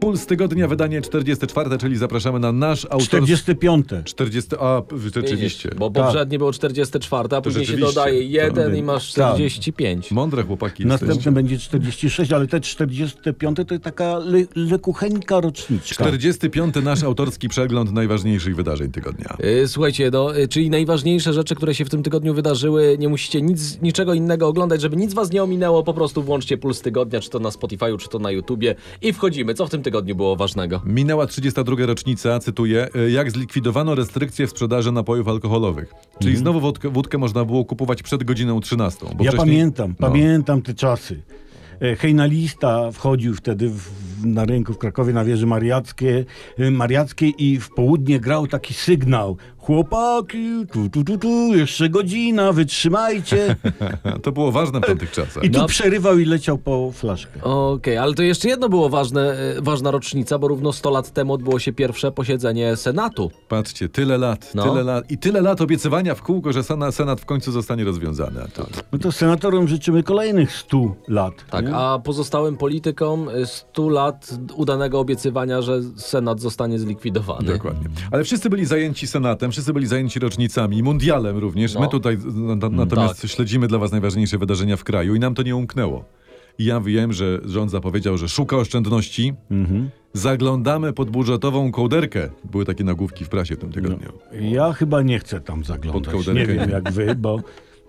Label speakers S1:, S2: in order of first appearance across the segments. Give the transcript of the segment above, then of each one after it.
S1: Puls Tygodnia, wydanie 44, czyli zapraszamy na nasz autorski...
S2: 45.
S1: 40... A, p- rzeczywiście.
S3: Bo
S2: Tak.
S3: poprzednie było 44, a później się
S1: rzeczywiście.
S3: dodaje jeden i masz
S2: Tak.
S3: 45.
S1: Mądre chłopaki
S2: Następny
S1: jesteście.
S2: będzie 46, ale te 45 to taka le, lekucheńka roczniczka.
S1: 45. nasz autorski przegląd najważniejszych wydarzeń tygodnia.
S3: Y, Słuchajcie, no, y, czyli najważniejsze rzeczy, które się w tym tygodniu wydarzyły, nie musicie nic, niczego innego oglądać, żeby nic was nie ominęło, po prostu włączcie Puls Tygodnia, czy to na Spotify'u, czy to na YouTubie i wchodzimy. Co w tym tygodniu było ważnego?
S1: Minęła 32. rocznica, cytuję, y, jak zlikwidowano restrykcje w sprzedaży napojów alkoholowych. Czyli znowu wódkę, wódkę można było kupować przed godziną 13. Bo
S2: Mhm. ja
S1: wcześniej-
S2: pamiętam,
S1: No.
S2: pamiętam te czasy. E, Hejnalista wchodził wtedy w, na rynku w Krakowie na wieży Mariackie, e, Mariackiej i w południe grał taki sygnał. Chłopaki, tu, tu, tu, tu, jeszcze godzina, wytrzymajcie.
S1: To było ważne w tamtych czasach.
S2: I tu
S3: No.
S2: przerywał i leciał po flaszkę.
S3: Okej, ale to jeszcze jedno było ważne, y, ważna rocznica, bo równo 100 lat temu odbyło się pierwsze posiedzenie Senatu.
S1: Patrzcie, tyle lat,
S3: No.
S1: tyle lat i tyle lat obiecywania w kółko, że sena, Senat w końcu zostanie rozwiązany. A to,
S2: No to senatorom życzymy kolejnych 100 lat.
S3: Tak,
S1: Mm.
S2: nie?
S3: a pozostałym politykom y, 100 lat udanego obiecywania, że Senat zostanie zlikwidowany.
S1: Dokładnie. Ale wszyscy byli zajęci Senatem, wszyscy byli zajęci rocznicami, mundialem również.
S3: No.
S1: My tutaj na, na, natomiast
S3: tak.
S1: śledzimy dla was najważniejsze wydarzenia w kraju i nam to nie umknęło. I ja wiem, że rząd zapowiedział, że szuka oszczędności. Zaglądamy pod budżetową kołderkę. Były takie nagłówki w prasie w tym tygodniu.
S2: Ja chyba nie chcę tam zaglądać.
S1: kołderkę
S2: Nie wiem
S1: nie.
S2: jak wy, bo,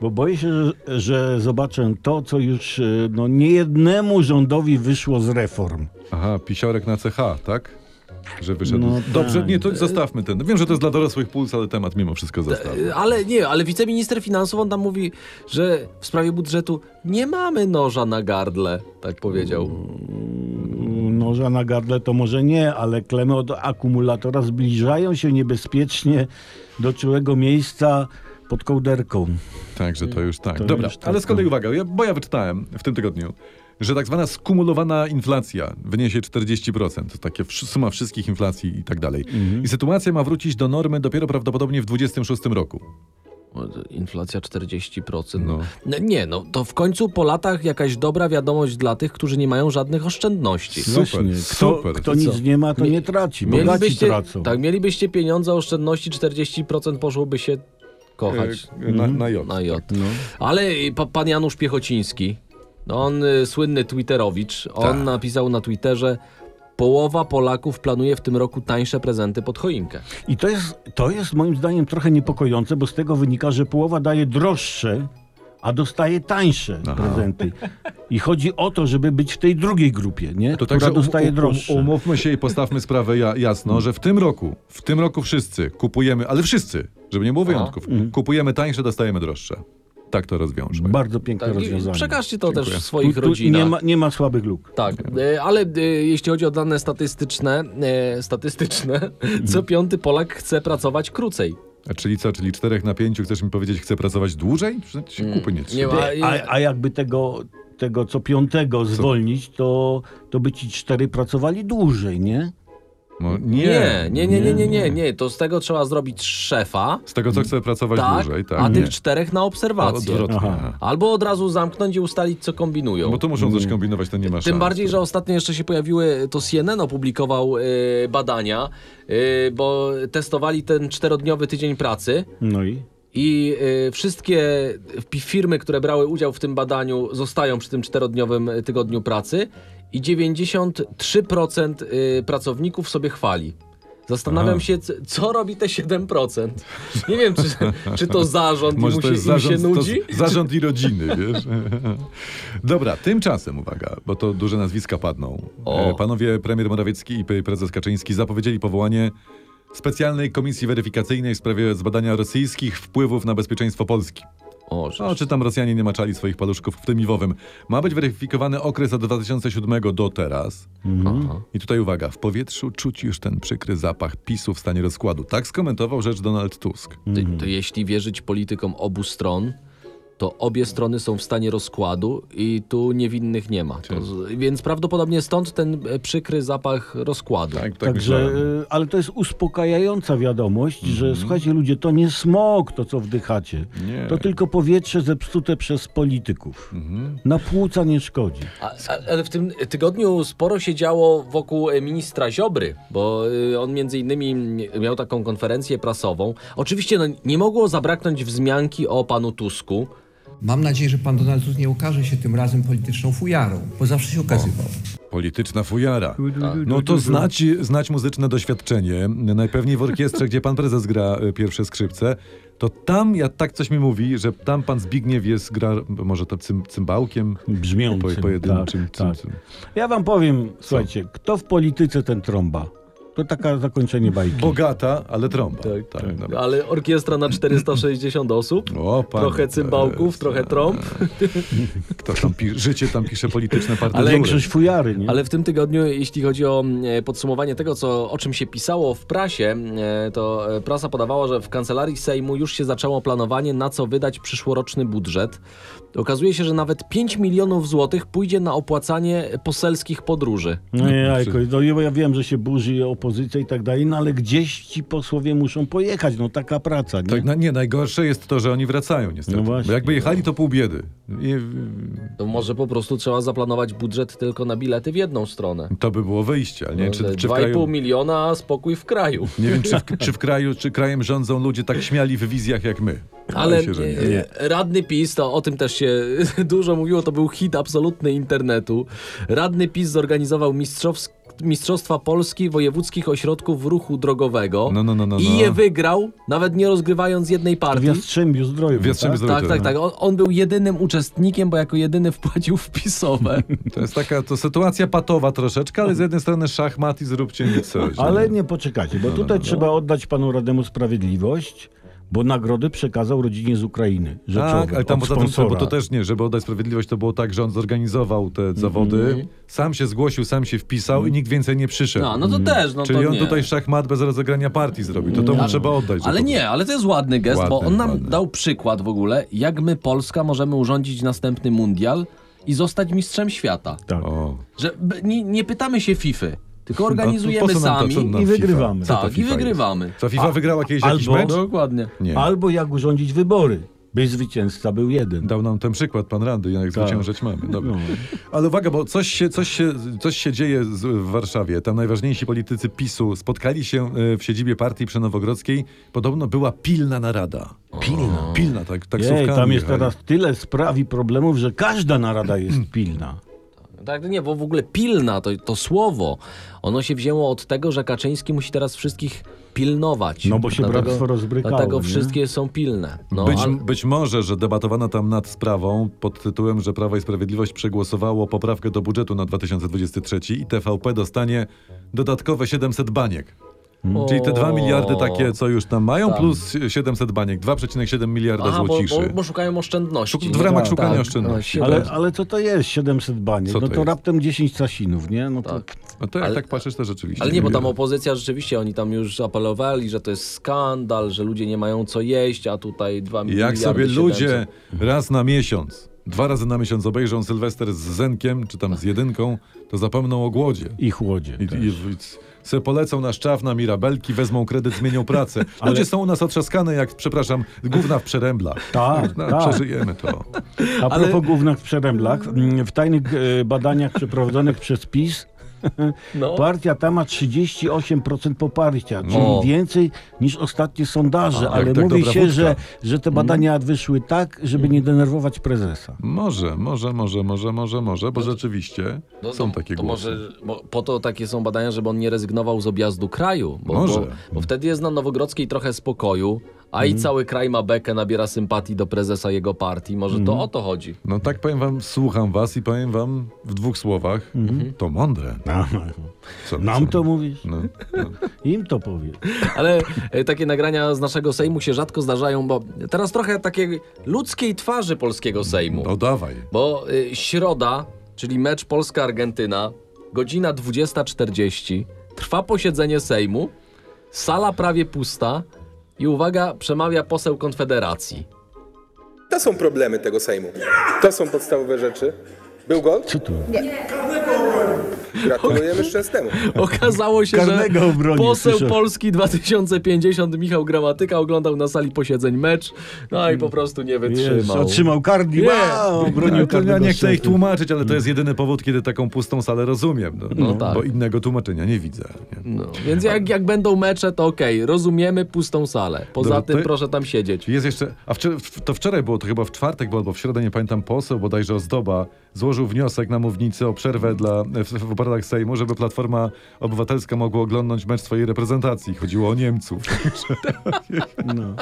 S2: bo boję się, że, że zobaczę to, co już e, no, niejednemu rządowi wyszło z reform.
S1: Aha, pisiorek na CH, tak? Że wyszedł.
S2: No
S1: Dobrze,
S2: tak.
S1: nie, to zostawmy ten. Wiem, że to jest dla dorosłych puls, ale temat mimo wszystko zostawmy.
S3: Y, Ale nie, ale wiceminister finansów on tam mówi, że w sprawie budżetu nie mamy noża na gardle, tak powiedział.
S2: Noża na gardle to może nie, ale klemy od akumulatora zbliżają się niebezpiecznie do czułego miejsca pod kołderką.
S1: Także to już tak.
S2: To
S1: Dobra,
S2: już tak,
S1: ale z kolei
S2: no.
S1: uwaga, ja, bo ja wyczytałem w tym tygodniu, że tak zwana skumulowana inflacja wyniesie 40%. To takie wsz- suma wszystkich inflacji i tak dalej.
S2: Mhm.
S1: I sytuacja ma wrócić do normy dopiero prawdopodobnie w 26 roku.
S3: Inflacja 40%.
S1: No.
S3: No. Nie, no to w końcu po latach jakaś dobra wiadomość dla tych, którzy nie mają żadnych oszczędności.
S1: Super,
S2: kto,
S1: super.
S2: kto
S1: Co?
S2: nic nie ma, to nie traci. Bogaci
S3: Mielibyście,
S2: tracą.
S3: tak, mielibyście pieniądze, oszczędności 40% poszłoby się kochać.
S1: E, Na,
S2: Mhm.
S1: na J.
S3: Na J.
S2: No.
S3: Ale y, pa, pan Janusz Piechociński, no on y, słynny Twitterowicz, on
S1: Tak.
S3: napisał na Twitterze Połowa Polaków planuje w tym roku tańsze prezenty pod choinkę.
S2: I to jest, to jest moim zdaniem trochę niepokojące, bo z tego wynika, że połowa daje droższe, a dostaje tańsze prezenty. I chodzi o to, żeby być w tej drugiej grupie, nie?
S1: To
S2: która
S1: także um-
S2: dostaje
S1: um-
S2: droższe.
S1: umówmy się i postawmy sprawę ja, jasno, że w tym roku, w tym roku wszyscy kupujemy, ale wszyscy, żeby nie było wyjątków,
S2: Mhm.
S1: kupujemy tańsze, dostajemy droższe. Tak to rozwiążmy.
S2: Bardzo piękne
S3: Tak, i
S2: rozwiązanie.
S3: przekażcie to
S1: Dziękuję.
S3: też w
S2: Tu-
S3: swoich
S2: tu
S3: rodzinach.
S2: Nie ma, nie ma słabych luk.
S3: Tak, e, ale e, jeśli chodzi o dane statystyczne, e, statystyczne, co piąty Polak chce pracować krócej.
S1: A czyli co, czyli czterech na pięciu chcesz mi powiedzieć, chcę pracować dłużej? Przecież się kupy Mm, nie trzeba.
S3: ma-
S2: A, a jakby tego, tego co piątego zwolnić, to, to by ci cztery pracowali dłużej, nie?
S1: Mo-
S3: Nie, nie, nie, nie, nie, nie, nie. To z tego trzeba zrobić szefa,
S1: Z tego, co chcę pracować
S3: tak,
S1: dłużej, tak.
S3: a
S1: nie.
S3: tych czterech na obserwację.
S1: Odwrotnie.
S2: Aha.
S1: aha.
S3: Albo od razu zamknąć i ustalić, co kombinują.
S1: No Bo tu muszą coś kombinować, to nie ma szans.
S3: Tym bardziej, że ostatnio jeszcze się pojawiły, to CNN opublikował y, badania, y, bo testowali ten czterodniowy tydzień pracy.
S2: No i?
S3: I y, wszystkie pi- firmy, które brały udział w tym badaniu, zostają przy tym czterodniowym y, tygodniu pracy i 93% y, pracowników sobie chwali. Zastanawiam
S1: Aha.
S3: się, c- co robi te 7%. Nie wiem, czy, czy to zarząd i
S1: Może
S3: mu
S1: to
S3: się,
S1: jest
S3: im się
S1: zarząd, to
S3: nudzi.
S1: z- zarząd i rodziny, wiesz? Dobra, tymczasem, uwaga, bo to duże nazwiska padną.
S3: O.
S1: E, Panowie premier Morawiecki i prezes Kaczyński zapowiedzieli powołanie specjalnej komisji weryfikacyjnej w sprawie zbadania rosyjskich wpływów na bezpieczeństwo Polski.
S3: O,
S1: No, czy tam Rosjanie nie maczali swoich paluszków w tym iwowym. Ma być weryfikowany okres od 2007 do teraz.
S3: aha.
S1: I tutaj uwaga, w powietrzu czuć już ten przykry zapach PiSu w stanie rozkładu. Tak skomentował rzecz Donald Tusk.
S3: To, to jeśli wierzyć politykom obu stron, to obie strony są w stanie rozkładu i tu niewinnych nie ma.
S1: Tak.
S3: To, z- więc prawdopodobnie stąd ten e, przykry zapach rozkładu.
S1: Tak, tak
S2: Także,
S1: myślałem. Mhm.
S2: e, ale to jest uspokajająca wiadomość, że słuchajcie ludzie, to nie smog to, co wdychacie.
S1: Nie.
S2: To tylko powietrze zepsute przez polityków.
S1: Mhm.
S2: Na płuca nie szkodzi.
S3: A, a, ale w tym tygodniu sporo się działo wokół e, ministra Ziobry, bo y, on między innymi miał taką konferencję prasową. Oczywiście no, nie mogło zabraknąć wzmianki o panu Tusku.
S4: Mam nadzieję, że pan Donald Tusk nie ukaże się tym razem polityczną fujarą, bo zawsze się ukazywał.
S1: Polityczna fujara. No to znać, znać muzyczne doświadczenie. Najpewniej w orkiestrze, gdzie pan prezes gra e, pierwsze skrzypce, to tam, ja tak coś mi mówi, że tam pan Zbigniew jest, gra może tam cym, cymbałkiem
S2: Brzmiącym.
S1: po, pojedynczym.
S2: tak,
S1: cym,
S2: tak.
S1: cym.
S2: Ja wam powiem, słuchajcie, kto w polityce ten trąba? To taka zakończenie bajki.
S1: Bogata, ale trąba. Tak, dobra.
S3: Ale orkiestra na 460 osób.
S1: O, no. pan
S3: trochę
S1: prezes.
S3: cymbałków, trochę trąb.
S1: Kto tam pi- życie tam pisze polityczne partie.
S3: Ale-
S2: Większość fujary,
S1: Mhm.
S2: nie?
S3: Ale w tym tygodniu, jeśli chodzi o e, podsumowanie tego, co, o czym się pisało w prasie, e, to e, prasa podawała, że w kancelarii Sejmu już się zaczęło planowanie, na co wydać przyszłoroczny budżet. Okazuje się, że nawet 5 milionów złotych pójdzie na opłacanie poselskich podróży.
S1: Mhm.
S2: No jajko, no, i- bo ja wiem, że się burzy opozycja i tak dalej, no ale gdzieś ci posłowie muszą pojechać, no taka praca, nie?
S1: Tak, na, nie, najgorsze jest to, że oni wracają niestety.
S2: No właśnie.
S1: Bo jakby jechali, to pół biedy. I,
S3: To może po prostu trzeba zaplanować budżet tylko na bilety w jedną stronę.
S1: to by było wyjście,
S3: No
S1: ale nie wiem, czy, czy w
S3: 2,5
S1: kraju...
S3: miliona, a spokój w kraju.
S1: Nie wiem, czy w, czy w kraju, czy krajem rządzą ludzie tak śmiali w wizjach jak my.
S3: Ale
S1: Wydaje się, że
S3: e,
S1: nie.
S3: radny PiS, to o tym też się dużo mówiło, to był hit absolutny internetu. Radny PiS zorganizował mistrzowsk- Mistrzostwa Polski Wojewódzkich Ośrodków Ruchu Drogowego
S1: No, no, no, no,
S3: i
S1: no.
S3: je wygrał, nawet nie rozgrywając jednej
S2: W
S3: partii.
S2: Jastrzębiu Zdroju,
S1: W Jastrzębiu
S2: tak?
S1: Zdroju.
S3: Tak, tak, tak. On, on był jedynym uczestnikiem, bo jako jedyny wpłacił wpisowe.
S1: To jest taka to sytuacja patowa troszeczkę, ale z jednej strony szachmat i zróbcie mi coś. no.
S2: Ale nie poczekajcie, bo tutaj trzeba oddać panu Rademu sprawiedliwość, bo nagrody przekazał rodzinie z Ukrainy. Rzeczowe,
S1: Tak, ale tam
S2: od
S1: poza tym,
S2: sponsora.
S1: bo to też nie, żeby oddać sprawiedliwość, to było tak, że on zorganizował te zawody, sam się zgłosił, sam się wpisał i nikt więcej nie przyszedł. Mhm.
S3: No, no to też, no
S1: Czyli
S3: to
S1: on
S3: nie.
S1: tutaj szachmat bez rozegrania partii zrobił, to to mu trzeba oddać. że
S3: Ale
S1: to- tak.
S3: nie, ale to jest ładny gest, bo
S1: Ładny,
S3: on nam
S1: ładny.
S3: dał przykład w ogóle, jak my, Polska, możemy urządzić następny mundial i zostać mistrzem świata.
S2: Tak.
S1: O.
S3: Że b- nie, nie pytamy się FIFA, tylko
S1: No
S3: organizujemy
S1: to po co nam to,
S3: sami.
S1: co nam
S2: i
S1: FIFA?
S2: wygrywamy.
S1: Co to
S3: Tak, i
S1: FIFA jest?
S3: wygrywamy.
S1: Co FIFA
S2: A-
S1: wygrała kiedyś jakiś
S2: albo-
S1: mecz?
S3: Dokładnie.
S1: Nie.
S2: Albo jak urządzić wybory, by zwycięzca był jeden.
S1: Dał nam ten przykład, pan Randy, jak zwyciężać mamy. Dobra.
S2: Tak. No.
S1: Ale uwaga, bo coś się, coś, się, coś się dzieje z, w Warszawie. Tam najważniejsi politycy PiSu spotkali się e, w siedzibie partii przy Nowogrodzkiej. Podobno była pilna narada. Pilna? Pilna, tak, taksówkami
S2: Jej, tam jest
S1: jechali.
S2: teraz tyle spraw i problemów, że każda narada
S1: Mm.
S2: jest pilna.
S3: Tak, nie, bo w ogóle pilna to, to słowo, ono się wzięło od tego, że Kaczyński musi teraz wszystkich pilnować.
S2: No bo się bractwo rozbrykało,
S3: Dlatego
S2: nie?
S3: wszystkie są pilne. No,
S1: Być,
S3: ale,
S1: być może, że debatowano tam nad sprawą pod tytułem, że Prawo i Sprawiedliwość przegłosowało poprawkę do budżetu na 2023 i TVP dostanie dodatkowe 700 baniek. Czyli te 2
S3: O.
S1: miliardy takie, co już tam mają,
S3: Tam.
S1: plus 700 baniek, 2,7 miliarda
S3: Aha, bo,
S1: złociszy.
S3: bo, bo szukają oszczędności.
S1: Szuk- w ramach
S3: Tak,
S1: szukania
S3: tak,
S1: oszczędności.
S3: no, siedem-
S2: Ale, ale co to jest 700 baniek?
S1: Co
S2: no
S1: to
S2: to,
S1: jest?
S2: raptem 10 casinów, nie? No to...
S1: No to jak
S3: ale-
S1: tak patrzysz, to rzeczywiście.
S3: Ale nie, bo tam
S1: wiem.
S3: opozycja rzeczywiście, oni tam już apelowali, że to jest skandal, że ludzie nie mają co jeść, a tutaj dwa miliardy
S1: Jak sobie
S3: 700.
S1: ludzie raz na miesiąc, dwa razy na miesiąc obejrzą Sylwester z Zenkiem, czy tam z jedynką, to zapomną o głodzie.
S2: I chłodzie.
S1: I, i, i se polecą na szczaw, na mirabelki, wezmą kredyt, zmienią pracę. Ludzie są u nas otrzaskane jak, przepraszam, gówna w przeręblach.
S2: Tak,
S1: No,
S2: tak.
S1: Przeżyjemy to.
S2: A propos głównych przeręblach, mm, w tajnych e, badaniach przeprowadzonych przez PiS
S3: No.
S2: partia ta ma 38% poparcia, czyli
S3: O.
S2: więcej niż ostatnie sondaże, ale
S1: tak
S2: mówi
S1: dobra
S2: się,
S1: wódka. Mhm.
S2: że, że te badania wyszły tak, żeby nie denerwować prezesa.
S1: Może, może, może, może, może, może, bo rzeczywiście
S3: No,
S1: są
S3: no,
S1: takie
S3: to
S1: głosy.
S3: Może, bo, po to takie są badania, żeby on nie rezygnował z objazdu kraju. Bo,
S1: Może. Mhm.
S3: Bo, bo wtedy jest na Nowogrodzkiej trochę spokoju, a i cały kraj ma bekę, nabiera sympatii do prezesa jego partii. Może to o to chodzi.
S1: No tak powiem wam, słucham was i powiem wam w dwóch słowach, to mądre.
S2: No,
S1: Co-
S2: Mhm. Nam
S1: co-
S2: to mówisz,
S1: No, no.
S2: im to powiesz.
S3: Ale e, takie nagrania z naszego Sejmu się rzadko zdarzają, bo teraz trochę takiej ludzkiej twarzy polskiego Sejmu.
S1: no dawaj.
S3: Bo y, środa, czyli mecz Polska-Argentyna, godzina 20.40, trwa posiedzenie Sejmu, sala prawie pusta i uwaga, przemawia poseł Konfederacji.
S5: To są problemy tego Sejmu. To są podstawowe rzeczy. Był gold?
S2: Co tu?
S5: Gratulujemy szczęstemu.
S3: Okazało się, że
S2: Karnego obronił,
S3: poseł
S2: słyszę.
S3: Polski 2050 Michał Gramatyka oglądał na sali posiedzeń mecz, no i po prostu nie
S2: Jest,
S3: wytrzymał.
S2: otrzymał kardi.
S3: Nie.
S2: Wow, bronił
S1: to ja
S2: karnego
S1: nie chcę ich
S2: szefu.
S1: tłumaczyć, ale to jest
S2: Mm.
S1: jedyny powód, kiedy taką pustą salę rozumiem. No,
S3: No tak.
S1: Bo innego tłumaczenia nie widzę. Nie?
S3: No, więc jak, jak będą mecze, to okej, rozumiemy pustą salę. Poza
S1: Dobra,
S3: tym
S1: to-
S3: proszę tam siedzieć.
S1: Czy Jest jeszcze, a wczor- w- to wczoraj było, to chyba w czwartek było, albo w środę, nie pamiętam, poseł bodajże Ozdoba złożył wniosek na mównicę o przerwę dla, w, w obradach Sejmu, żeby Platforma Obywatelska mogła oglądać mecz swojej reprezentacji. Chodziło o Niemców.
S2: No.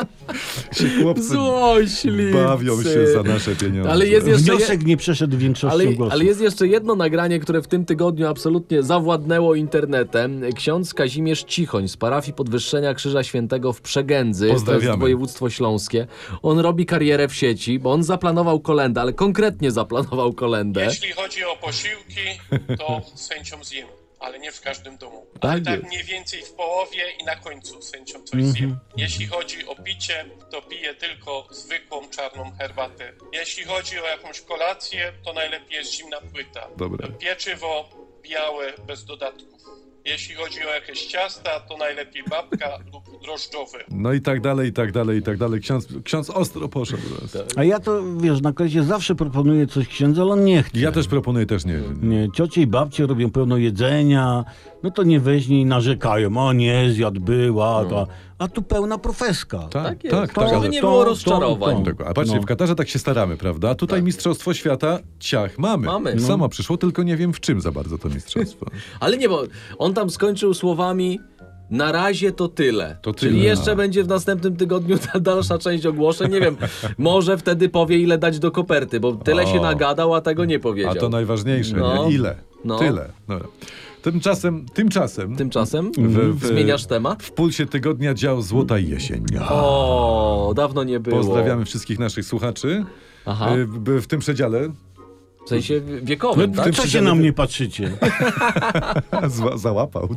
S1: Ci chłopcy
S3: Złośliwcy.
S1: bawią się za nasze pieniądze.
S3: Ale jest jeszcze je-
S2: Wniosek nie przeszedł większością
S3: Ale,
S2: głosów.
S3: ale jest jeszcze jedno nagranie, które w tym tygodniu absolutnie zawładnęło internetem. Ksiądz Kazimierz Cichoń z parafii Podwyższenia Krzyża Świętego w Przegędzy, to jest
S1: Pozdrawiamy.
S3: województwo śląskie. On robi karierę w sieci, bo on zaplanował kolendę, ale konkretnie zaplanował kolendę.
S6: Jeśli chodzi o posiłki, to z chęcią zjem, ale nie w każdym domu.
S3: Tak
S6: ale tak
S3: jest. Mhm.
S6: mniej więcej w połowie i na końcu z chęcią coś zjem. Jeśli chodzi o picie, to piję tylko zwykłą czarną herbatę. Jeśli chodzi o jakąś kolację, to najlepiej jest zimna płyta.
S1: Dobra.
S6: Pieczywo białe, bez dodatków. Jeśli chodzi o jakieś ciasta, to najlepiej babka lub drożdżowe.
S1: No i tak dalej, i tak dalej, i tak dalej. Ksiądz, ksiądz ostro poszedł. Teraz.
S2: A ja to, wiesz, na końcu zawsze proponuję coś księdza, ale on nie chce.
S1: Ja też proponuję, też nie.
S2: Nie, ciocie i babcie robią pełno jedzenia, no to nie weźmie i narzekają, o nie, zjadł była, ta. a tu pełna profeska.
S1: No. Tak,
S3: Tak jest.
S1: tak, tak.
S3: Żeby
S1: ale-
S3: nie było rozczarowań.
S1: Dokładnie. A
S2: No.
S1: patrzcie, w Katarze tak się staramy, prawda? A Tutaj Mistrzostwo Świata, ciach, mamy.
S3: Mamy.
S1: Samo przyszło, tylko nie wiem w czym za bardzo to mistrzostwo.
S3: Ale nie, bo on tam skończył słowami na razie to tyle.
S1: To
S3: Czyli
S1: tyle.
S3: jeszcze będzie w następnym tygodniu ta dalsza część ogłoszeń. Nie wiem, może wtedy powie ile dać do koperty, bo tyle się
S1: O.
S3: nagadał, a tego nie powiedział.
S1: A to najważniejsze,
S3: No.
S1: nie? Ile?
S3: No.
S1: Tyle. Dobra. Tymczasem, tymczasem
S3: Tymczasem
S1: W- w-
S3: zmieniasz temat.
S1: w pulsie tygodnia dział Złota Jesień.
S3: O, dawno nie było.
S1: Pozdrawiamy wszystkich naszych słuchaczy.
S3: Aha.
S1: Y, w- W tym przedziale
S3: W sensie
S1: No,
S3: wiekowym,
S2: A
S3: tak?
S2: co się na mnie patrzycie?
S1: Zła, załapał.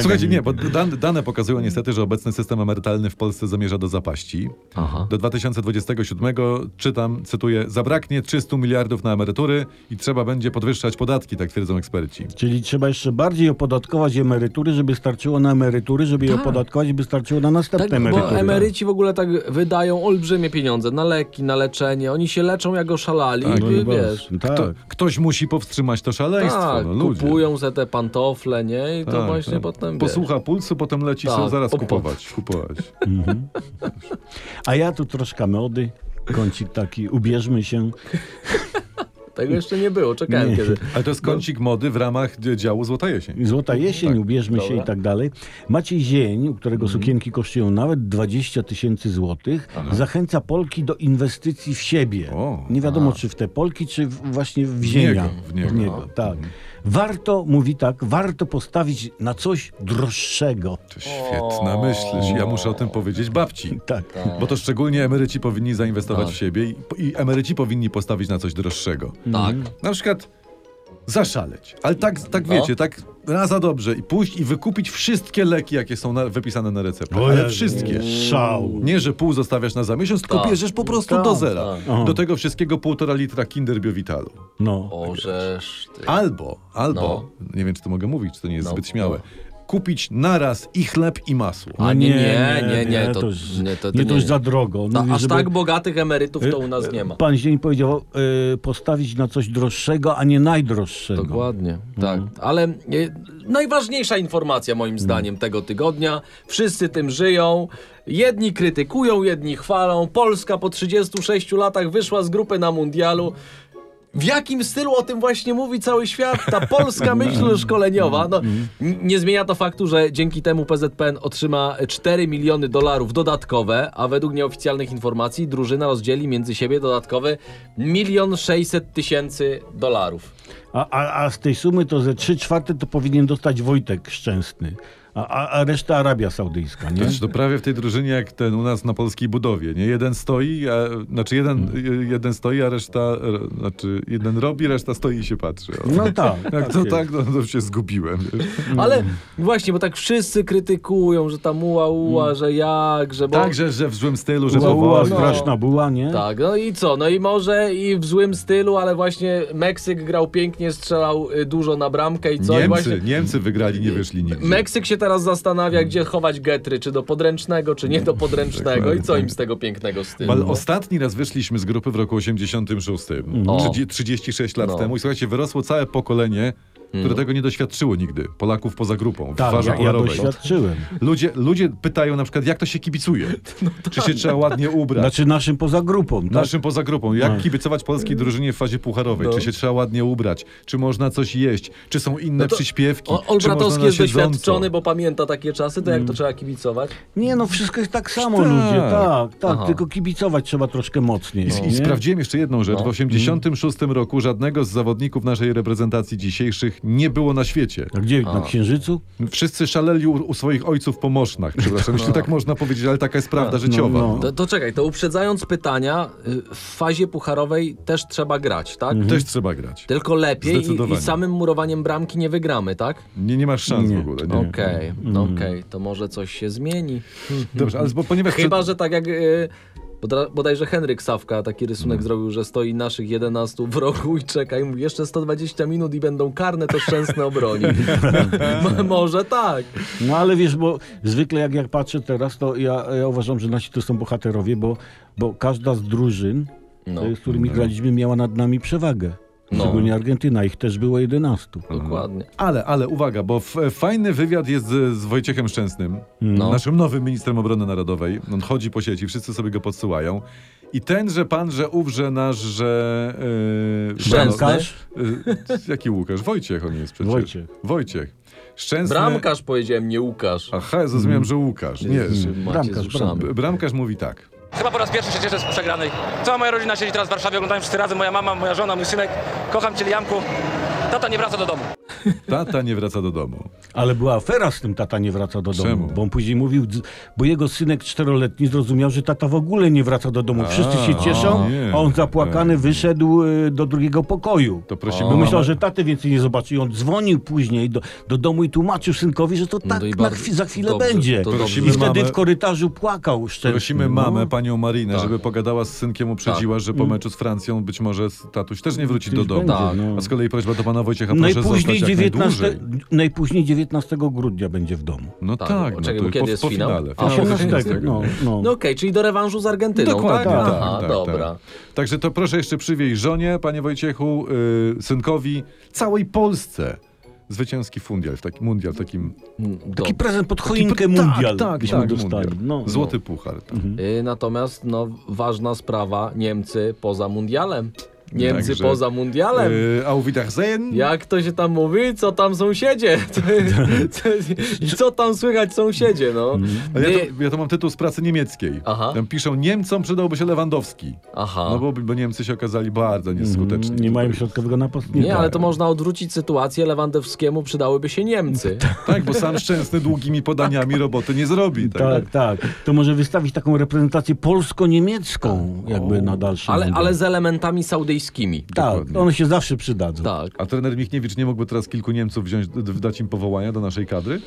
S1: Słuchajcie, nie, bo dan, dane pokazują niestety, że obecny system emerytalny w Polsce zamierza do zapaści.
S3: Aha.
S1: Do 2027, czytam, cytuję, zabraknie 300 miliardów na emerytury i trzeba będzie podwyższać podatki, tak twierdzą eksperci.
S2: Czyli trzeba jeszcze bardziej opodatkować emerytury, żeby starczyło na emerytury, żeby je
S3: Tak.
S2: opodatkować, by starczyło na następne
S3: Tak,
S2: emerytury.
S3: bo emeryci w ogóle tak wydają olbrzymie pieniądze na leki, na leczenie. Oni się leczą jak oszalali,
S1: Tak,
S3: tak,
S1: no
S2: No i
S3: wiesz.
S2: właśnie,
S1: Kto,
S2: tak.
S1: Ktoś musi powstrzymać to szaleństwo.
S3: Tak,
S1: no, ludzie.
S3: kupują sobie te pantofle, nie? I to
S1: Tak,
S3: właśnie
S1: tak.
S3: potem, wiesz.
S1: Posłucha pulsu, potem leci,
S3: Tak,
S1: są zaraz
S3: po- po-
S1: kupować. kupować.
S2: A ja tu troszkę mody, kącik taki, ubierzmy się.
S3: Tego jeszcze nie było, czekałem
S2: Nie.
S3: kiedy. Tak,
S1: Ale to jest kącik mody w ramach d- działu Złota Jesień.
S2: Złota jesień, ubierzmy się
S3: Dobra.
S2: i tak dalej. Maciej Zień, u którego
S1: Mhm.
S2: sukienki kosztują nawet 20 tysięcy złotych, zachęca Polki do inwestycji w siebie.
S1: O,
S2: Nie wiadomo, czy w te Polki, czy w, właśnie w ziemia.
S1: niego, w niego. no. Mhm.
S2: tak. Warto, mówi tak, warto postawić na coś droższego.
S1: To świetna myśl. Ja muszę o tym powiedzieć babci.
S2: Tak.
S1: Bo to szczególnie emeryci powinni zainwestować w siebie i, i emeryci powinni postawić na coś droższego.
S3: Tak.
S1: Na przykład zaszaleć. Ale tak, tak wiecie, tak raz za dobrze i pójść i wykupić wszystkie leki, jakie są na, wypisane na receptę. Ale wszystkie.
S2: Szał.
S1: Nie, że pół zostawiasz na za miesiąc, tylko
S3: Tak.
S1: bierzesz po prostu
S2: Tak,
S1: do zera.
S2: Aha.
S1: Do tego wszystkiego półtora litra Kinder Biowitalu.
S2: No.
S3: Orzesz ty.
S1: Albo, albo, nie wiem czy to mogę mówić, czy to nie jest
S3: No,
S1: zbyt śmiałe, kupić naraz i chleb i masło.
S3: A nie, nie, nie, nie, to,
S2: już-
S3: nie, to, to
S2: nie, to
S3: nie.
S2: już za drogo.
S3: Ta,
S2: Mówię,
S3: aż
S2: żeby-
S3: tak bogatych emerytów to u nas nie ma.
S2: Pan Zień powiedział, y, postawić na coś droższego, a nie najdroższego.
S3: Dokładnie, tak. Ale e, najważniejsza informacja moim zdaniem tego tygodnia. Wszyscy tym żyją. Jedni krytykują, jedni chwalą. Polska po 36 latach wyszła z grupy na mundialu. W jakim stylu o tym właśnie mówi cały świat? Ta polska myśl szkoleniowa. No, n- nie zmienia to faktu, że dzięki temu PZPN otrzyma 4 miliony dolarów dodatkowe, a według nieoficjalnych informacji drużyna rozdzieli między siebie dodatkowy milion 600 tysięcy dolarów.
S2: A, a, a z tej sumy to ze 3 czwarte to powinien dostać Wojtek Szczęsny. a, a, a reszta Arabia Saudyjska, nie?
S1: To, to prawie w tej drużynie jak ten u nas na polskiej budowie, nie? Jeden stoi, a, znaczy jeden, jeden stoi, a reszta, e, znaczy jeden robi, reszta stoi i się patrzy. O.
S2: No tak.
S1: Jak to
S2: jest.
S1: tak, no to się zgubiłem. wiesz.
S3: Ale właśnie, bo tak wszyscy krytykują, że tam uła, uła, że jak, że bo...
S1: Mm. Tak, że, że w złym stylu, że
S2: Uła, uła,
S1: powoli. no.
S2: straszna była, nie?
S3: Tak, no i co? No i może i w złym stylu, ale właśnie Meksyk grał pięknie, strzelał y, dużo na bramkę i co?
S1: Niemcy,
S3: I
S1: Mm.
S3: właśnie...
S1: Niemcy wygrali, nie wyszli nigdzie.
S3: Meksyk się teraz zastanawia, gdzie chować getry, czy do podręcznego, czy nie do podręcznego i co im z tego pięknego stylu.
S1: Ale ostatni raz wyszliśmy z grupy w roku 86.
S3: O.
S1: Trzydzie- 36 lat
S3: No.
S1: temu. I słuchajcie, wyrosło całe pokolenie, które tego nie doświadczyło nigdy. Polaków poza grupą. W
S2: Tak,
S1: twarzy
S2: ja, ja
S1: kolorowej.
S2: doświadczyłem.
S1: Ludzie, ludzie pytają na przykład, jak to się kibicuje?
S3: No
S1: Czy
S3: tak,
S1: się trzeba ładnie ubrać?
S2: Znaczy naszym poza grupą, tak?
S1: Naszym poza grupą.
S3: No.
S1: Jak kibicować polskiej drużynie w fazie pucharowej? Czy się trzeba ładnie ubrać? Czy można coś jeść? Czy są inne
S3: No to-
S1: przyśpiewki?
S3: O,
S1: Czy można Mm.
S3: Olbratowski
S1: na
S3: jest
S1: siedząco?
S3: doświadczony, bo pamięta takie czasy, to jak to trzeba kibicować?
S2: Nie, no wszystko jest tak samo,
S1: Tak.
S2: ludzie, tak, tak,
S3: Aha.
S2: tylko kibicować trzeba troszkę mocniej.
S1: I,
S2: no,
S1: I
S2: nie?
S1: sprawdziłem jeszcze jedną
S3: No.
S1: rzecz. W 86 roku żadnego z zawodników naszej reprezentacji dzisiejszych nie było na świecie.
S2: A gdzie, na Księżycu?
S1: Wszyscy szaleli u, u swoich ojców po mosznach. Przepraszam, jeśli tak można powiedzieć, ale taka jest prawda życiowa.
S2: no.
S3: No. To, to czekaj, to uprzedzając pytania, y, w fazie pucharowej też trzeba grać, tak?
S1: Też trzeba grać.
S3: Tylko lepiej i, i
S1: Zdecydowanie.
S3: samym murowaniem bramki nie wygramy, tak?
S1: Nie, nie masz szans
S2: Nie.
S1: w ogóle. Nie.
S3: Okej, okej,
S1: Mhm.
S3: to może coś się zmieni.
S1: Dobrze, ale bo, ponieważ...
S3: Chyba, że tak jak y, bodra- bodajże Henryk Sawka taki rysunek
S1: Mhm.
S3: zrobił, że stoi naszych 11 w rogu i czeka i mówi jeszcze 120 minut i będą karne, to szczęsne obroni. Mo- może tak.
S2: No ale wiesz, bo zwykle jak, jak patrzę teraz, to ja, ja uważam, że nasi to są bohaterowie, bo, bo każda z drużyn,
S3: No.
S2: y, z którymi graliśmy, miała nad nami przewagę.
S3: No.
S2: Szczególnie Argentyna, ich też było 11.
S3: Dokładnie.
S1: Ale, ale uwaga, bo f, fajny wywiad jest z, z Wojciechem Szczęsnym,
S3: No.
S1: naszym nowym ministrem obrony narodowej. On chodzi po sieci, wszyscy sobie go podsyłają. I ten, że pan, że ów, że nasz, że... Yy,
S3: Szczęsny.
S2: Bramkarz?
S1: Yy, jaki Łukasz? Wojciech on jest przecież.
S2: Wojciech.
S1: Wojciech. Szczęsny...
S3: Bramkarz powiedziałem, nie Łukasz.
S1: Aha, ja zrozumiałem, że Łukasz. Nie, że...
S3: Macie
S2: Bramkarz,
S3: z
S2: bramkarz.
S3: uszami.
S1: B- Bramkarz mówi tak.
S7: Chyba po raz pierwszy się cieszę z przegranej. Cała moja rodzina siedzi teraz w Warszawie, oglądają wszyscy razem, moja mama, moja żona, mój synek. Kocham Cię, Jamku. Tata nie wraca do domu.
S1: Tata nie wraca do domu.
S2: Ale była afera z tym tata nie wraca do domu.
S1: Czemu?
S2: Bo on później mówił, dz- bo jego synek czteroletni zrozumiał, że tata w ogóle nie wraca do domu. Wszyscy się cieszą,
S1: a, nie.
S2: a on zapłakany wyszedł y, do drugiego pokoju.
S1: To prosimy
S2: Bo myślał,
S1: mamę-
S2: że taty więcej nie zobaczy. I on dzwonił później do, do domu i tłumaczył synkowi, że to
S3: No
S2: tak
S3: i
S2: na
S3: bardzo-
S2: chwi- za chwilę
S3: dobrze,
S2: będzie.
S3: to
S1: Prosimy
S2: I
S1: dobrze.
S2: wtedy
S1: mamę-
S2: w korytarzu płakał szczerze.
S3: No.
S2: No.
S1: Prosimy mamę, panią Marinę,
S3: Tak.
S1: żeby pogadała z synkiem, uprzedziła, że po meczu z Francją być może s- tatuś też nie wróci do domu.
S2: No, będzie,
S1: Tak.
S2: no.
S1: A z kolei prośba do pana Wojciecha, proszę
S2: Najpóźniej
S1: zostać
S2: 19,
S1: jak najdłużej.
S2: najpóźniej 19 grudnia będzie w domu.
S1: No
S3: Tak,
S1: tak,
S3: bo
S1: no
S3: czekaj,
S1: to
S3: bo kiedy
S1: po,
S3: jest
S1: po
S3: finał?
S1: finale.
S3: A,
S1: Finał
S2: 18,
S1: 18,
S2: no, no.
S3: No okej, czyli do rewanżu z Argentyną,
S1: Dokładnie,
S3: tak?
S1: tak, tak,
S3: Aha,
S1: tak,
S3: dobra.
S1: tak. Także to proszę jeszcze przywieź żonie, panie Wojciechu, yy, synkowi, całej Polsce. Zwycięski fundial, w taki, mundial w takim...
S2: Taki
S3: Dob-
S2: prezent pod choinkę
S1: tak,
S2: mundial
S1: tak,
S2: byśmy
S1: tak,
S2: dostali.
S1: mundial.
S2: No, no.
S1: Złoty puchar. Tak.
S3: Y, Natomiast no, ważna sprawa, Niemcy poza mundialem. Niemcy
S1: Także-
S3: poza mundialem.
S1: Yy, Auf Wiedersehen.
S3: Jak to się tam mówi? Co tam sąsiedzie? Co, co tam słychać sąsiedzie, no?
S1: Mm. Ale ja,
S3: Nie-
S1: to, ja to mam tytuł z pracy niemieckiej.
S3: Aha.
S1: Tam piszą, Niemcom przydałby się Lewandowski.
S3: Aha.
S1: No bo, bo Niemcy się okazali bardzo nieskuteczni.
S2: Mm, Nie mają
S1: tutaj.
S2: środkowego Tak. napastnika.
S3: Nie, ale
S1: Tak.
S3: to można odwrócić sytuację. Lewandowskiemu przydałyby się Niemcy.
S1: Tak, bo sam Szczęsny długimi podaniami roboty nie zrobi. Tak?
S2: Tak, tak. To może wystawić taką reprezentację polsko-niemiecką jakby na dalszy
S3: Ale,
S1: tak.
S2: mundial.
S3: ale z elementami saudyjskimi.
S2: Tak,
S1: Dokładnie.
S2: one się zawsze przydadzą.
S3: Tak.
S1: A trener Michniewicz nie mógłby teraz kilku Niemców wziąć, d- d- dać im powołania do naszej kadry?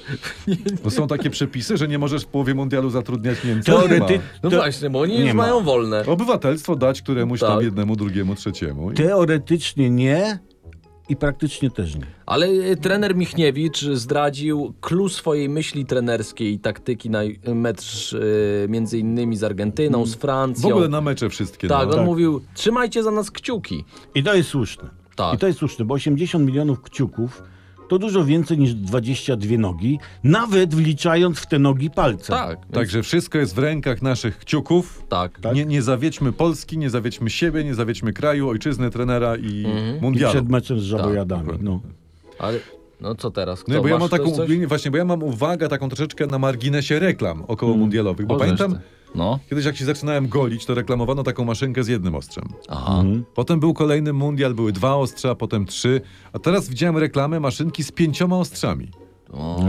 S1: Bo są takie przepisy, że nie możesz w połowie mundialu zatrudniać Niemców.
S2: Teorety-
S1: Nie
S3: No
S2: To-
S3: właśnie, bo oni
S2: nie
S3: już
S2: ma.
S3: mają wolne.
S1: ma. Obywatelstwo dać któremuś tam
S3: Tak.
S1: jednemu, drugiemu, trzeciemu. I...
S2: Teoretycznie nie i praktycznie też nie.
S3: Ale y, trener Michniewicz zdradził clue swojej myśli trenerskiej i taktyki na y, mecz y, między innymi z Argentyną, z
S1: Mm. W
S3: Francją.
S1: ogóle na mecze wszystkie.
S3: Tak,
S1: no.
S3: on
S2: Tak.
S3: mówił, trzymajcie za nas kciuki.
S2: I to jest słuszne.
S3: Tak.
S2: I to jest słuszne, bo 80 milionów kciuków to dużo więcej niż 22 nogi, nawet wliczając w te nogi palce.
S3: Tak, więc-
S1: Także wszystko jest w rękach naszych kciuków.
S3: tak.
S2: Tak.
S1: Nie, nie zawiedźmy Polski, nie zawiedźmy siebie, nie zawiedźmy kraju, ojczyzny, trenera i
S3: Mhm.
S2: I
S1: mundialu.
S2: przed meczem z
S3: Tak.
S2: żabojadami. No.
S3: Ale no co teraz? Kto,
S1: No bo ja mam
S3: masz
S1: taką,
S3: też coś?
S1: nie, właśnie, bo ja mam uwagę taką troszeczkę na marginesie reklam około
S2: Mhm.
S1: mundialowych, bo
S3: O,
S1: pamiętam
S3: zresztą. No,
S1: kiedyś jak się zaczynałem golić, to reklamowano taką maszynkę z jednym ostrzem.
S3: aha.
S2: Mhm.
S1: Potem był kolejny mundial, były dwa ostrza, potem trzy, a teraz widziałem reklamę maszynki z pięcioma ostrzami.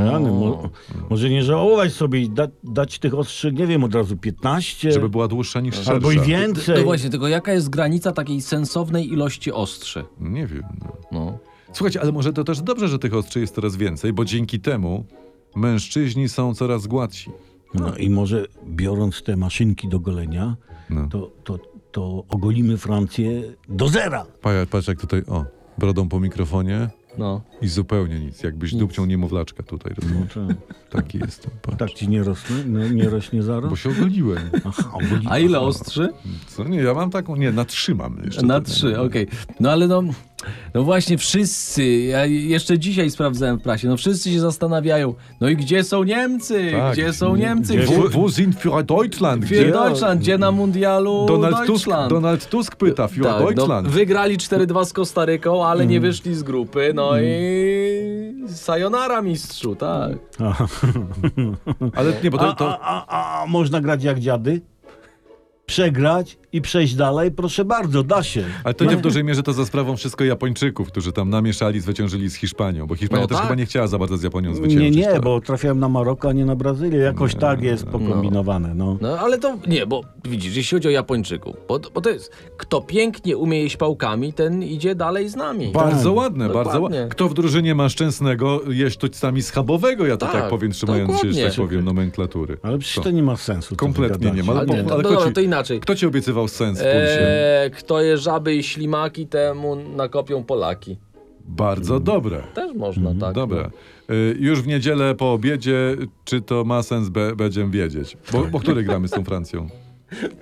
S2: Rany, No, mo- może nie żałować sobie i da- dać tych ostrzyk, nie wiem, od razu 15
S1: Żeby była dłuższa niż szersza.
S2: albo i więcej.
S8: No właśnie, tylko jaka jest granica takiej sensownej ilości ostrzy?
S1: Nie wiem. no.
S8: No.
S1: Słuchajcie, ale może to też dobrze, że tych ostrzy jest coraz więcej, bo dzięki temu mężczyźni są coraz gładsi.
S2: No i może biorąc te maszynki do golenia,
S1: No.
S2: to, to, to ogolimy Francję do zera.
S1: Patrz, patrz jak tutaj, o, brodą po mikrofonie
S8: no.
S1: i zupełnie nic. Jakbyś dupcią niemowlaczka tutaj. robił.
S8: No, tak.
S1: Taki jestem, patrz.
S2: Tak ci nie rosnę? No, nie rośnie zaraz?
S1: Bo się ogoliłem.
S2: Aha, ogoliłem.
S8: A ile ostrzy?
S1: Co? Nie, ja mam taką, nie, natrzymam jeszcze.
S8: Na
S1: tę-
S8: trzy, okej. No ale no, no właśnie wszyscy, ja jeszcze dzisiaj sprawdzałem w prasie, no wszyscy się zastanawiają, no i gdzie są Niemcy?
S1: Tak.
S8: Gdzie są Niemcy?
S2: Gdzie-
S8: Gdzie,
S1: Wo, wo sind für Deutschland?
S8: gdzie
S1: Gdzie?
S8: Deutschland? Gdzie na mundialu
S1: Donald Tusk,
S8: Deutschland?
S1: Donald Tusk pyta, für
S8: Tak, no,
S1: Deutschland. Mm.
S8: wygrali 4-2 z Kostaryką, ale nie wyszli z grupy, no i sayonara mistrzu, tak.
S1: Mm.
S2: Aha.
S1: Ale nie, bo to,
S2: A,
S1: to,
S2: a, a, a można grać jak dziady? Przegrać i przejść dalej? Proszę bardzo, da się.
S1: Ale to
S8: no.
S1: nie w dużej mierze to za sprawą wszystko Japończyków, którzy tam namieszali, zwyciężyli z Hiszpanią, bo Hiszpania
S8: No
S1: też
S8: tak.
S1: chyba nie chciała za bardzo z Japonią
S2: Nie,
S1: zwyciężyć.
S2: nie,
S1: tak?
S2: bo trafiałem na Maroko, a nie na Brazylię. Jakoś tak jest pokombinowane. No.
S3: No ale to nie, bo widzisz, jeśli chodzi o Japończyków, bo, bo to jest, kto pięknie umie jeść pałkami, ten idzie dalej z nami.
S1: Bardzo
S2: Tak.
S1: ładne, bardzo
S3: Dokładnie.
S1: ładne. Kto w drużynie ma szczęsnego jeść toćcami schabowego, ja to tak,
S3: Tak,
S1: powiem, trzymając się, że tak
S3: dokładnie.
S1: powiem, nomenklatury.
S2: Ale przecież
S1: Co?
S2: to nie ma sensu. co
S1: Kompletnie
S2: wygadacie.
S1: nie ma. Ale,
S3: Ale
S1: po,
S3: nie,
S1: ale
S3: to-
S1: kto,
S3: to dobra,
S1: ci,
S3: to inaczej.
S1: kto ci obiecywał sens w pulsie?
S3: Eee, kto je żaby i ślimaki, temu nakopią Polaki.
S2: Mm.
S1: Bardzo dobre.
S3: Też można, tak.
S1: Mhm. Dobra. Y, Już w niedzielę po obiedzie, czy to ma sens, be, będziemy wiedzieć. Bo, bo który
S2: Tak.
S1: gramy z tą Francją?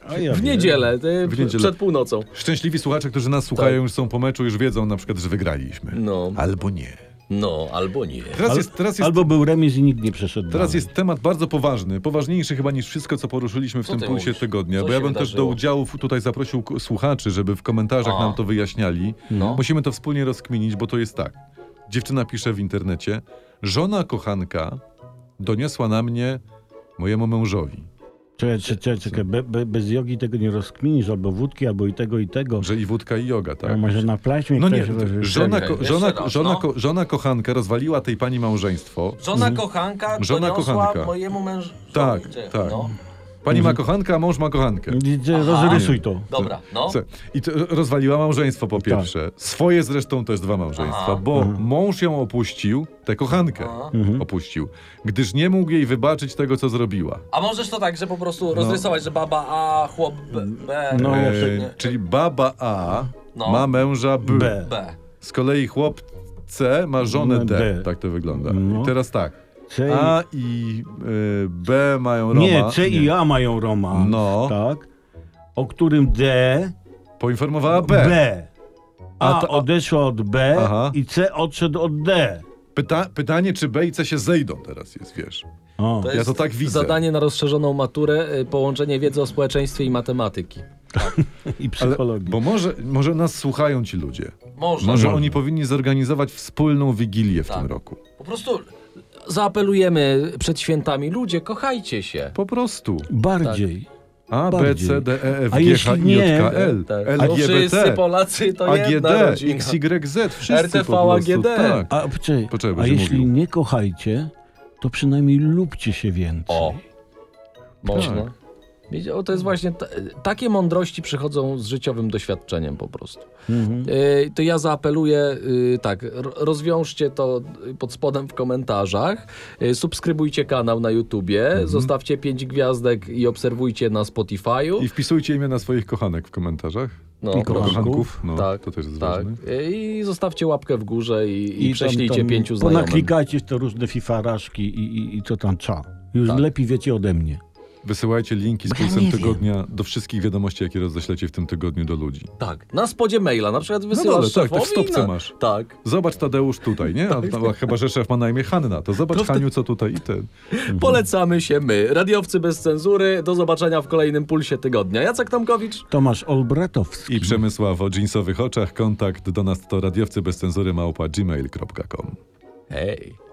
S2: A no, ja
S3: W
S2: wiem.
S3: niedzielę, ty,
S1: W niedzielę.
S3: przed północą.
S1: Szczęśliwi słuchacze, którzy nas słuchają, już są po meczu, już wiedzą na przykład, że wygraliśmy.
S3: Tak. No.
S1: Albo nie.
S3: No, albo nie.
S1: Teraz
S2: Al-
S1: jest, teraz jest
S2: Albo był remis i nikt nie przeszedł.
S1: Teraz
S2: dalej.
S1: jest temat bardzo poważny, poważniejszy chyba niż wszystko, co poruszyliśmy w
S3: Co
S1: tym
S3: ty
S1: pulsie
S3: mówisz?
S1: tygodnia,
S3: Co
S1: bo ja
S3: się
S1: bym też do
S3: wydarzyło?
S1: udziału w- tutaj zaprosił k- słuchaczy, żeby w komentarzach
S3: A.
S1: nam to wyjaśniali.
S8: No.
S1: Musimy to wspólnie rozkminić, bo to jest tak. Dziewczyna pisze w internecie, żona kochanka doniosła na mnie mojemu mężowi,
S2: Czekaj, czekaj, czekaj, czekaj. Be, be, bez jogi tego nie rozkminisz, albo wódki, albo i tego, i tego.
S1: że i wódka i joga,
S2: A
S1: tak?
S2: Może na plaźmie
S1: No nie,
S2: ktoś...
S1: żona,
S3: Czekaj,
S1: ko-
S3: jeszcze
S1: żona,
S3: raz,
S1: żona,
S3: no.
S1: ko- żona kochanka rozwaliła tej pani małżeństwo.
S3: Żona kochanka
S1: Mhm. Żona doniosła kochanka.
S3: mojemu mężowi.
S1: Tak, tak.
S3: no,
S1: Pani
S3: Mhm.
S1: ma kochanka, a mąż ma kochankę.
S2: Rozrysuj to.
S3: Dobra, no.
S1: Co? I to rozwaliła małżeństwo
S2: Tak.
S1: po pierwsze. Swoje zresztą też dwa małżeństwa,
S3: Aha.
S1: bo
S2: Mhm.
S1: mąż ją opuścił, tę kochankę opuścił, gdyż nie mógł jej wybaczyć tego, co zrobiła.
S3: A możesz to tak, że po prostu rozrysować, że baba A, chłop B, B,
S2: No, ja
S1: No. E,
S2: się-
S1: czyli baba A
S3: No.
S1: ma męża B.
S2: B.
S3: B.
S1: Z kolei chłop C ma żonę D.
S2: D.
S1: Tak to wygląda.
S2: No.
S1: I teraz tak.
S2: C i-
S1: A i y, B mają Roma.
S2: Nie, C i A mają romans.
S1: No.
S2: Tak. O którym D...
S1: Poinformowała B.
S2: B.
S1: A
S2: A,
S1: to-
S2: odeszła od B
S1: Aha.
S2: i C odszedł od D.
S1: Pyta- pytanie, czy B i C się zejdą teraz jest, wiesz.
S2: O.
S1: Ja to tak widzę.
S3: Zadanie na rozszerzoną maturę, y, połączenie wiedzy o społeczeństwie i matematyki.
S2: I
S1: Ale,
S2: psychologii.
S1: bo może, może nas słuchają ci ludzie.
S3: Może. Tak.
S1: Może oni powinni zorganizować wspólną wigilię w tym roku.
S3: Po prostu zaapelujemy przed świętami, ludzie, kochajcie się.
S1: Po prostu.
S2: Bardziej.
S1: A, B,
S2: Bardziej.
S1: C, D, E, F,
S2: A
S1: G,
S2: jeśli
S1: H, I,
S2: nie,
S1: J, K, L,
S3: Tak. No wszyscy
S1: LGBT,
S3: Polacy to jedna
S1: AGD,
S3: rodzina.
S1: XYZ, Y, wszyscy
S3: RTV,
S1: po prostu.
S3: AGD.
S1: Tak.
S2: A, poczekaj,
S1: Poczekaj,
S2: a
S1: będzie
S2: jeśli
S1: mówił.
S2: nie kochajcie, to przynajmniej lubcie się więcej.
S3: O. Można. Wiecie, O, to jest właśnie, ta, takie mądrości przychodzą z życiowym doświadczeniem po prostu.
S1: Mhm.
S3: E, to ja zaapeluję, e, tak, ro- rozwiążcie to e, pod spodem w komentarzach, e, subskrybujcie kanał na YouTubie,
S1: Mhm.
S3: zostawcie 5 gwiazdek i obserwujcie na Spotify'u.
S1: I wpisujcie imię na swoich kochanek w komentarzach.
S3: No,
S2: I
S3: proszę.
S1: Kochanków, no,
S3: tak,
S1: to też jest
S3: tak.
S1: ważne.
S3: E, I zostawcie łapkę w górze i, i,
S2: tam-
S3: prześlijcie
S2: tam
S3: pięciu znajomym.
S2: Ponaklikajcie w te różne fifaraszki i, i, i co tam cza. Już
S3: Tak.
S2: lepiej wiecie ode mnie.
S1: Wysyłajcie linki z pulsem tygodnia do wszystkich wiadomości, jakie roześlecie w tym tygodniu do ludzi.
S3: Tak, na spodzie maila, na przykład wysyłasz
S1: dole, tak, tak, w
S3: szefowi
S1: stopce
S3: na...
S1: masz.
S3: Tak.
S1: Zobacz Tadeusz tutaj, nie? A, no, chyba, że szef ma na imię Hanna, to zobacz Haniu, co tutaj i ten.
S3: Polecamy się my, radiowcy bez cenzury. Do zobaczenia w kolejnym Pulsie Tygodnia. Jacek Tomkowicz.
S2: Tomasz Olbratowski.
S1: I Przemysław o dżinsowych oczach. Kontakt do nas to radiowcy bez cenzury małpa gmail.com.
S3: Hej.